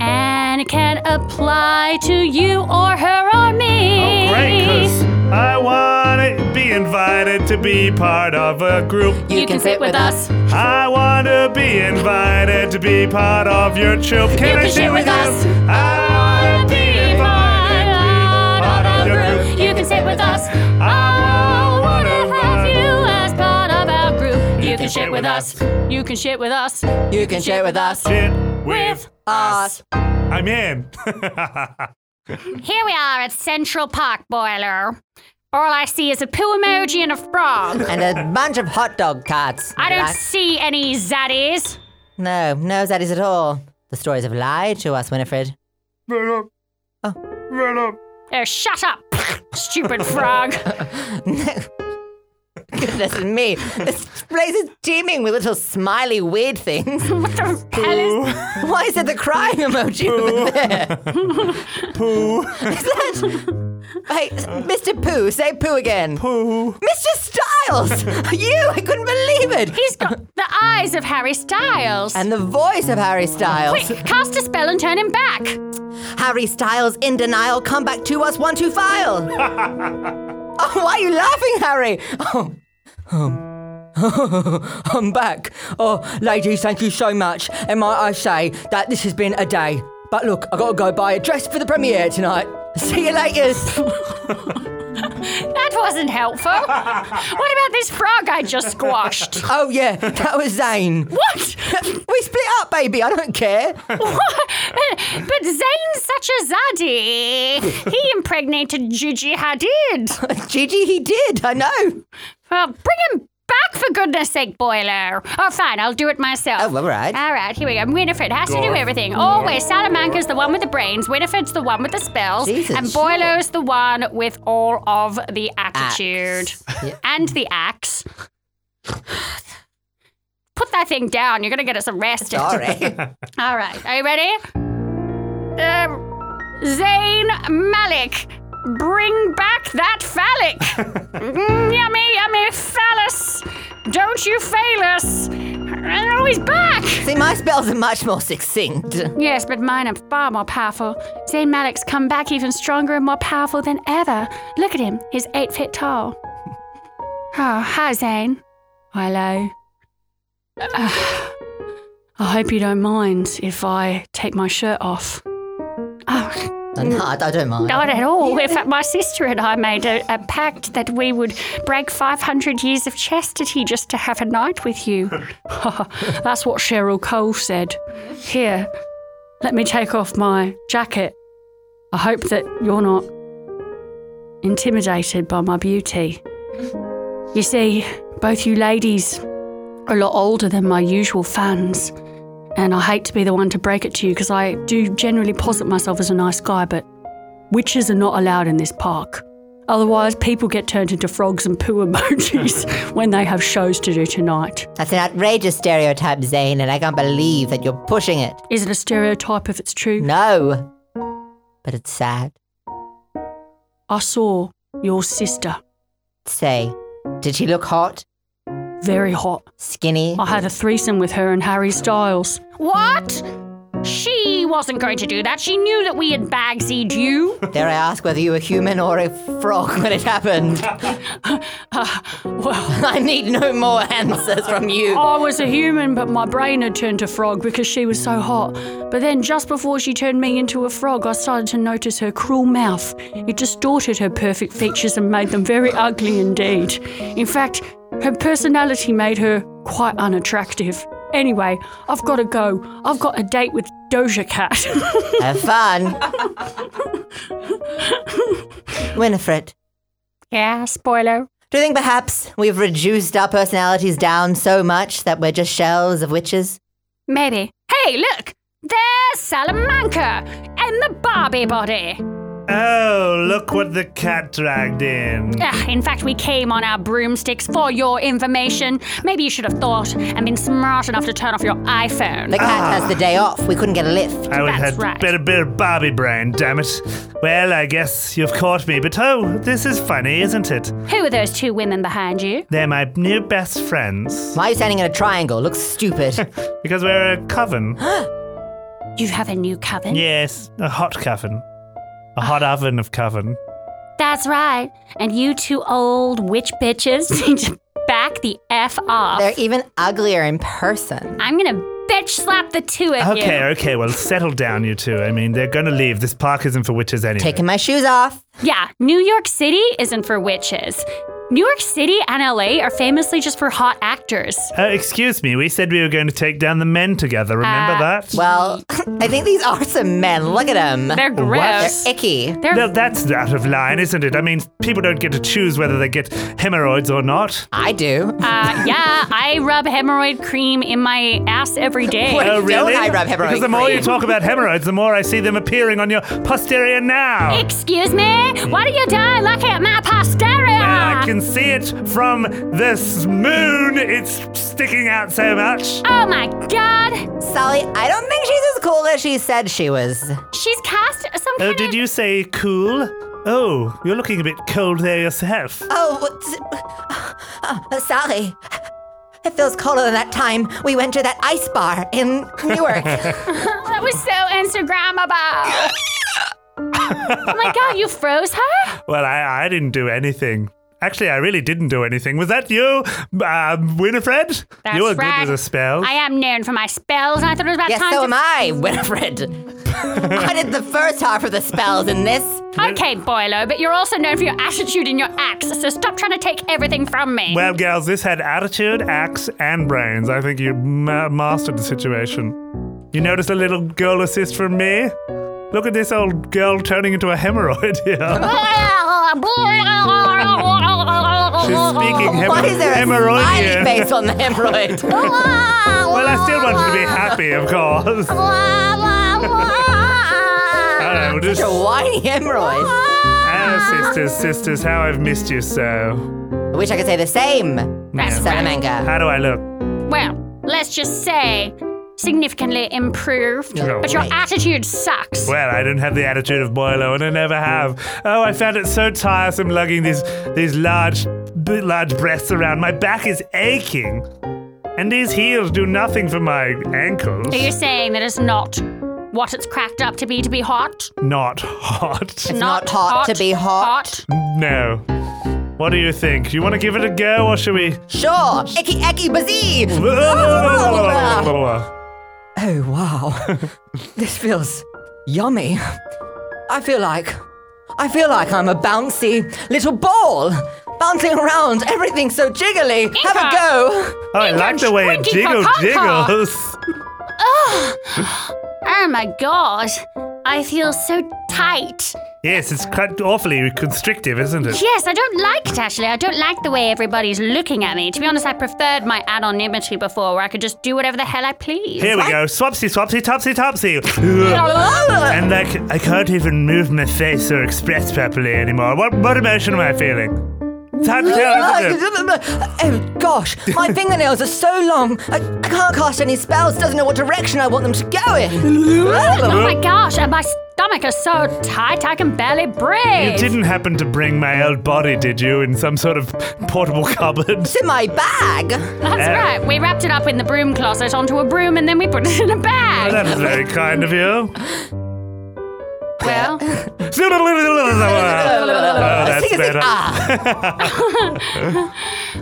D: And it can apply to you or her or me.
B: Oh, Great, 'cause I want to be invited to be part of a group.
D: you, can sit with us.
B: I want to be invited to be part of your troop. Can
D: You
B: I
D: can
B: sit
D: sit
B: with
D: with us.
B: you? I want to be invited to be part of your
D: Part of our
B: group.
D: group. You can sit with us.
B: I want
D: Wanna
B: to
D: have you
B: have
D: as part of our group. You
B: can
D: can
B: sit
D: shit
B: with
D: with us. You can shit with us.
G: You can share with us.
B: you. Shit with us. I'm in.
E: Here we are at Central Park Boiler. All I see is a poo emoji and a frog.
G: And a bunch of hot dog carts.
E: I don't see any zaddies.
G: No, no zaddies at all. The stories have lied to us, Winifred.
E: Oh, shut up, stupid frog.
G: Goodness me. This place is teeming with little smiley weird things.
E: what the hell is
G: Why is it the crying emoji over there?
B: Poo.
G: Is that... Hey, Mr. Pooh, say Pooh again.
B: Pooh.
G: Mr. Styles! you! I couldn't believe it!
E: He's got the eyes of Harry Styles.
G: And the voice of Harry Styles.
E: Quick, cast a spell and turn him back.
G: Harry Styles in denial, come back to us, one, two, file! oh, why are you laughing, Harry? Oh, um, I'm back. Oh, ladies, thank you so much. And might I say that this has been a day. But look, i got to go buy a dress for the premiere tonight. See you later.
E: That wasn't helpful. what about this frog I just squashed?
G: oh, yeah, that was Zane.
E: What?
G: we split up, baby. I don't care.
E: but, but Zane's such a zaddy. He impregnated Gigi Hadid.
G: Gigi, he did. I know.
E: Well, bring him back for goodness sake, Boiler. Oh, fine, I'll do it myself.
G: Oh, all right.
E: All right, here we go. Winifred has to do everything. Always, Salamanca's the one with the brains, Winifred's the one with the spells,
G: Jesus,
E: and
G: sure.
E: Boiler's the one with all of the attitude and the axe. Put that thing down. You're going to get us arrested.
G: Sorry.
E: All right, are you ready?
D: Uh,
E: Um, Zayn Malik, bring back that phallic. Mm, yummy, yummy phallus. Don't you fail us. And oh, he's back.
G: See, my spells are much more succinct.
D: Yes, but mine are far more powerful. Zayn Malik's come back even stronger and more powerful than ever. Look at him, he's eight feet tall. Oh, hi, Zayn. Hello. Ah, I hope you don't mind if I take my shirt off. Oh,
C: No, I I don't mind.
D: Not at all. In fact, my sister and I made a, a pact that we would break 500 years of chastity just to have a night with you.
E: That's what Cheryl Cole said. Here, let me take off my jacket. I hope that you're not intimidated by my beauty. You see, both you ladies are a lot older than my usual fans, and I hate to be the one to break it to you because I do generally posit myself as a nice guy, but witches are not allowed in this park. Otherwise, people get turned into frogs and poo emojis when they have shows to do tonight.
C: That's an outrageous stereotype, Zane, and I can't believe that you're pushing it.
E: Is it a stereotype if it's true?
C: No. But it's sad.
E: I saw your sister
C: Say, did she look hot?
E: very hot.
C: Skinny?
E: I had a threesome with her and Harry Styles.
D: What? She wasn't going to do that. She knew that we had bagsied you.
C: Dare I ask whether you were human or a frog when it happened?
E: Well,
C: I need no more answers from you.
E: I was a human, but my brain had turned to frog because she was so hot. But then, just before she turned me into a frog, I started to notice her cruel mouth. It distorted her perfect features and made them very ugly indeed. In fact, her personality made her quite unattractive. Anyway, I've got to go. I've got a date with Doja Cat.
C: Have fun. Winifred,
D: Yeah, spoiler.
C: do you think perhaps we've reduced our personalities down so much that we're just shells of witches?
D: Maybe. Hey, look! There's Salamanca and the Barbie body.
B: Oh, look what the cat dragged in.
D: Ugh, in fact, we came on our broomsticks for your information. Maybe you should have thought and been smart enough to turn off your iPhone.
C: The cat has the day off. We couldn't get a lift.
B: I would
D: That's
B: have
D: right.
B: had better bit of Barbie brain, damn it. Well, I guess you've caught me, but oh, this is funny, isn't it?
D: Who are those two women behind you?
B: They're my new best friends
C: Why are you standing in a triangle? Looks stupid.
B: because we're a coven.
D: You have a new coven.
B: yes, a hot coven. A hot
D: Ah.
B: oven of coven.
D: That's right. And you two old witch bitches need to back the F off.
C: They're even uglier in person.
D: I'm gonna bitch slap the two of you.
B: Okay, okay, well, settle down, you two. I mean, they're gonna leave. This park isn't for witches anyway.
C: Taking my shoes off.
D: Yeah, New York City isn't for witches. New York City and LA are famously just for hot actors.
B: Uh, excuse me, we said we were going to take down the men together, remember
D: Uh,
B: that?
C: Well, I think these are some men. Look at them.
D: They're gross.
C: They're icky.
B: No, that's out of line, isn't it? I mean, people don't get to choose whether they get hemorrhoids or not.
C: I do.
D: Uh, yeah, I rub hemorrhoid cream in my ass every day.
B: oh,
C: don't
B: really?
C: I rub hemorrhoid
B: Because the more you
C: cream?
B: talk about hemorrhoids, the more I see them appearing on your posterior now.
D: Excuse me? Why do you die looking at my
B: And I
D: posterior?
B: can see it from this moon. It's sticking out so much.
D: Oh my god!
C: Sally, I don't think she's as cool as she said she was.
D: She's cast some
B: Oh,
D: kind
B: did
D: of-
B: you say cool? Oh, you're looking a bit cold there yourself.
C: Oh, what? Uh, Sally, it feels colder than that time we went to that ice bar in Newark.
D: That was so Instagrammable. oh my god, you froze her?
B: Well, I, I didn't do anything. Actually, I really didn't do anything. Was that you, um, Winifred?
D: That's
B: you were
D: right.
B: good with a spell.
D: I am known for my spells, and I thought it was about
C: yes,
D: time
C: so
D: to.
C: am I, Winifred. I did the first half of the spells in this.
D: Okay, Boilo, but you're also known for your attitude and your acts, so stop trying to take everything from me.
B: Well, gals, this had attitude, axe, and brains. I think you ma- mastered the situation. You noticed a little girl assist from me? Look at this old girl turning into a hemorrhoid here. She's speaking hemorrhoid.
C: Why is there a smiley
B: hemorrhoidian.
C: face on the hemorrhoid?
B: Well, I still wanted to be happy, of course. All right, we'll
C: Such
B: just.
C: a whiny hemorrhoid.
B: Ah, sisters, sisters, how I've missed you so.
C: I wish I could say the same.
D: That's
C: Salamanca.
B: How do I look?
D: Well, let's just say significantly improved,
B: No
D: but your
B: way.
D: attitude sucks.
B: Well, I don't have the attitude of Boilo, and I never have. Oh, I found it so tiresome lugging these these large, b- large breasts around. My back is aching, and these heels do nothing for my ankles.
D: Are you saying that it's not what it's cracked up to be to be hot?
B: Not hot.
C: It's not hot to be hot.
B: No. What do you think? You want to give it a go, or should we?
C: Sure. Icky, icky, bazee.
B: Well, Oh,
H: Oh, wow. this feels yummy.
E: I feel like. I feel like I'm a bouncy little ball. Bouncing around, everything's so jiggly. Have a
D: Inca.
E: go.
B: I like the way it
D: squeaky
B: jiggle
D: caca.
B: jiggles.
D: Oh my god. I feel so tight.
B: Yes, it's quite awfully constrictive, isn't it?
D: Yes, I don't like it actually. I don't like the way everybody's looking at me. To be honest, I preferred my anonymity before where I could just do whatever the hell I please. Oh
B: Here we go. Swapsy, swapsy, topsy, topsy. and like, I can't even move my face or express properly anymore. What, what emotion am I feeling? It's hard to tell, isn't it?
E: Oh gosh, my fingernails are so long. I, I can't cast any spells. Doesn't know what direction I want them to go
D: Oh
E: in.
D: my gosh, and my stomach is so tight I can barely breathe.
B: You didn't happen to bring my old body, did you? In some sort of portable cupboard.
E: It's in my bag.
D: That's
B: Uh,
D: right. We wrapped it up in the broom closet onto a broom and then we put it in a bag.
B: That is very kind of you.
D: Well,
B: Oh, that's
E: Sing a sing-
B: better.
E: ah.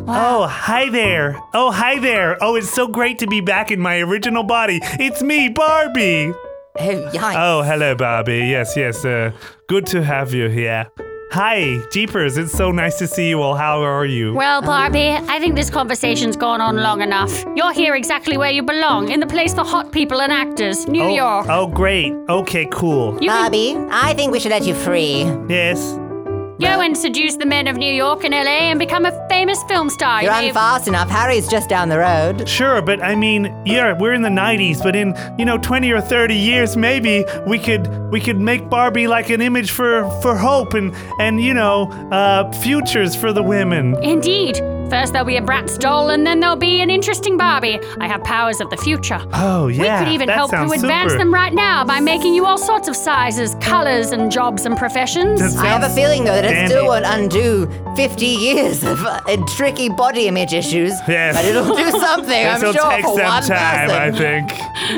B: Oh, hi there. Oh, hi there. Oh, it's so great to be back in my original body. It's me, Barbie.
E: Oh, yikes.
B: Oh, hello, Barbie. Yes, yes. Uh, good to have you here. Hi, Jeepers. It's so nice to see you all. How are you?
D: well, Barbie, I think this conversation's gone on long enough. You're here exactly where you belong, in the place for hot people and actors, New York.
B: Oh, great. Okay, cool.
D: You can
C: Bobby, I think we should let you free.
B: Yes.
D: go and seduce the men of New York and LA and become a famous film star.
C: You're
D: may-
C: on fast enough. Harry's just down the road.
B: Sure, but I mean, yeah, we're in the 90s, but in, you know, 20 or 30 years maybe we could we could make Barbie like an image for for hope and and you know, uh futures for the women.
D: Indeed. First there'll be a Bratz doll and then there'll be an interesting Barbie. I have powers of the future.
B: Oh, yeah.
D: we could even
B: that
D: help you
B: sounds
D: advance
B: super.
D: them right now by making you all sorts of sizes, colors, and jobs and professions.
B: That
C: I have a
B: sounds
C: feeling, though, that it
B: dandy.
C: still won't undo 50 years of uh, tricky body image issues.
B: Yes.
C: But it'll do something, I'm
B: This will
C: sure,
B: take
C: for
B: some
C: one
B: time, I
C: person.
B: think.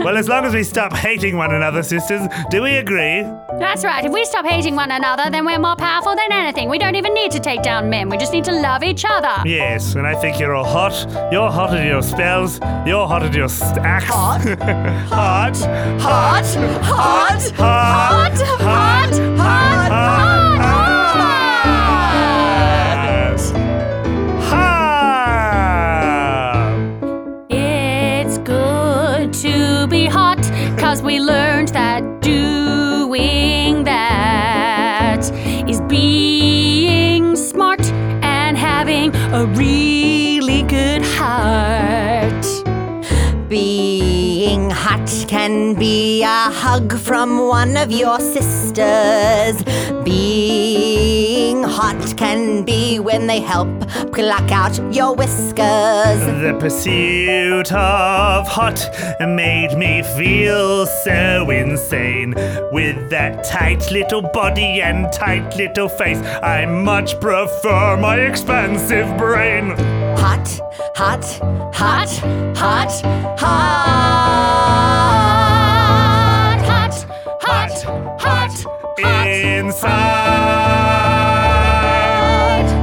B: Well, as long as we stop hating one another, sisters, do we agree?
D: That's right. If we stop hating one another, then we're more powerful than anything. We don't even need to take down men. We just need to love each other.
B: Yes, and I think you're all hot. You're hot at your spells. You're hot at your st- axe.
C: Hot.
B: hot.
C: Hot, hot, hot,
B: Hot.
C: hot, hot,
B: Hot. Hot.
D: It's good to be hot, cause we learned that doing that is being smart and having a really good heart.
C: Being hot can be a hug from one of your sisters. Being hot can be when they help pluck out your whiskers.
B: The pursuit of hot made me feel so insane. With that tight little body and tight little face, I much prefer my expansive brain.
C: Hot, hot, hot, hot, hot.
D: Hot, hot, hot, hot.
B: inside.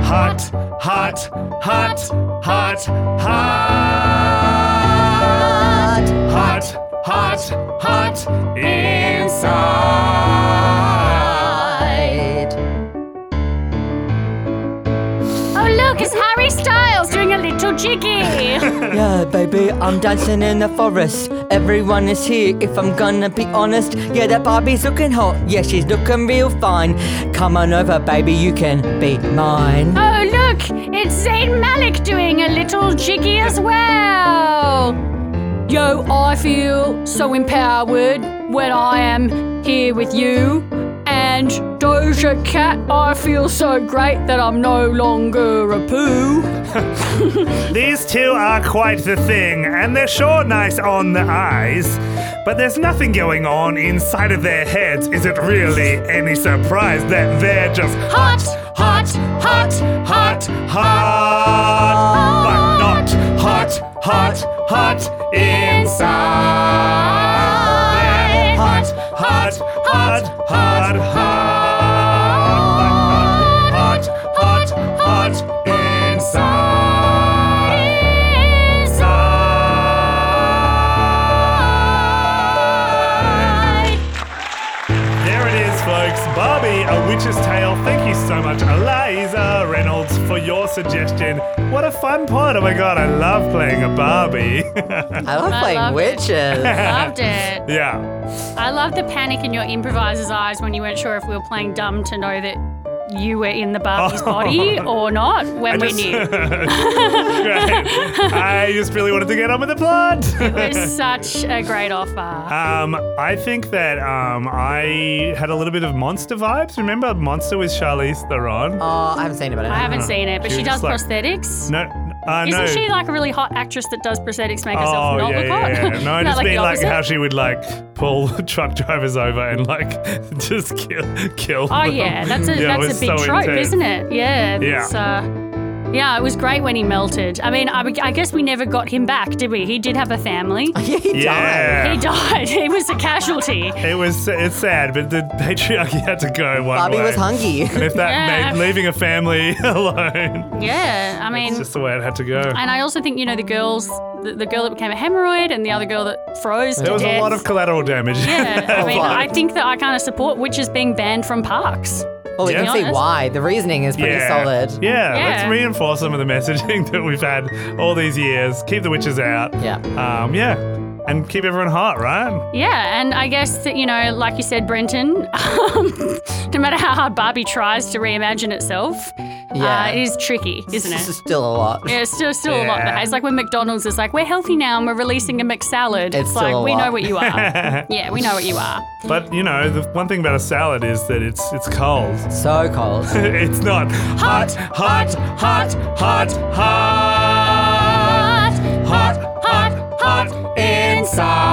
B: Hot, hot, hot, hot, hot, hot, hot, hot inside.
D: Oh, look, it's Harry Styles doing a little jiggy.
E: Yeah, baby, I'm dancing in the forest. Everyone is here, if I'm gonna be honest. Yeah, that Barbie's looking hot. Yeah, she's looking real fine. Come on over, baby, you can be mine.
D: Oh, look! It's Zayn Malik doing a little jiggy as well! Yo, I feel so empowered when I am here with you. And Doja Cat, I feel so great that I'm no longer a poo.
B: These two are quite the thing, and they're sure nice on the eyes. But there's nothing going on inside of their heads. Is it really any surprise that they're just hot, hot, hot, hot, hot, but not hot, hot, hot inside? They're Hot, hot, hot, hot, hot, but not hot, hot, hot inside. There it is, folks. A Witch's Tale. Thank you so much, Eliza Reynolds, for your suggestion. What a fun pod. Oh my god, I love playing a Barbie.
C: I love playing
E: loved it.
C: witches.
E: Loved it.
B: yeah.
E: I love the panic in your improviser's eyes when you weren't sure if we were playing dumb to know that you were in the Barbie's
B: Oh.
E: body or not when we knew.
B: Great. I just really wanted to get on with the plot.
E: It was such a great offer.
B: Um, I think that um, I had a little bit of Monster vibes. Remember Monster with Charlize Theron?
C: Oh, I haven't seen it, but
E: I
C: I
E: haven't seen it, but
B: She
E: she,
B: was
E: does
B: just like-
E: prosthetics.
B: No, uh,
E: Isn't
B: no.
E: she like a really hot actress that does prosthetics make herself
B: Oh
E: not
B: yeah,
E: look
B: yeah,
E: hot?
B: yeah.
E: Isn't
B: No, I
E: that
B: just mean
E: the
B: like
E: opposite?
B: how she would like pull truck drivers over and like just kill, kill.
E: Oh
B: them.
E: yeah, that's a
B: Yeah, it
E: that's
B: was
E: a big
B: so
E: trope,
B: intense.
E: isn't it? Yeah.
B: Yeah.
E: that's, uh, yeah, it was great when he melted. I mean, I, I guess we never got him back, did we? He did have a family.
C: haven't. He died.
B: Yeah.
E: He died. He was a casualty.
B: It was it's sad, but the patriarchy had to go one
C: Bobby
B: way.
C: was hungry.
B: And if that
E: Yeah.
B: meant leaving a family alone,
E: Yeah, I mean,
B: it's just the way it had to go.
E: and I also think you know the girls, the, the girl that became a hemorrhoid, and the other girl that froze.
B: There
E: to
B: was
E: death.
B: a lot of collateral damage.
E: Yeah, I mean, I
C: Right.
E: think that I kind of support witches being banned from parks.
C: Well, we
B: Yeah.
C: can see
E: Honest.
C: why. The reasoning is pretty
B: Yeah.
C: solid.
B: Yeah, let's
E: Yeah.
B: reinforce some of the messaging that we've had all these years. Keep the witches out.
C: Yeah.
B: Um, yeah. And keep everyone hot, right?
E: Yeah, and I guess that, you know, like you said, Brenton, um, no matter how hard Barbie tries to reimagine itself,
C: Yeah.
E: uh, it is tricky, isn't
C: This
E: it?
C: is still a lot.
E: Yeah, it's still, still a lot.
B: Yeah.
E: It's like when McDonald's is like, we're healthy now and we're releasing a McSalad. It's,
C: It's still
E: like,
C: a
E: we know
C: lot.
E: what you are. yeah, we know what you are.
B: But you know, the one thing about a salad is that it's it's cold.
C: So cold.
B: it's not hot, hot, hot, hot, hot, hot, hot, hot, hot inside.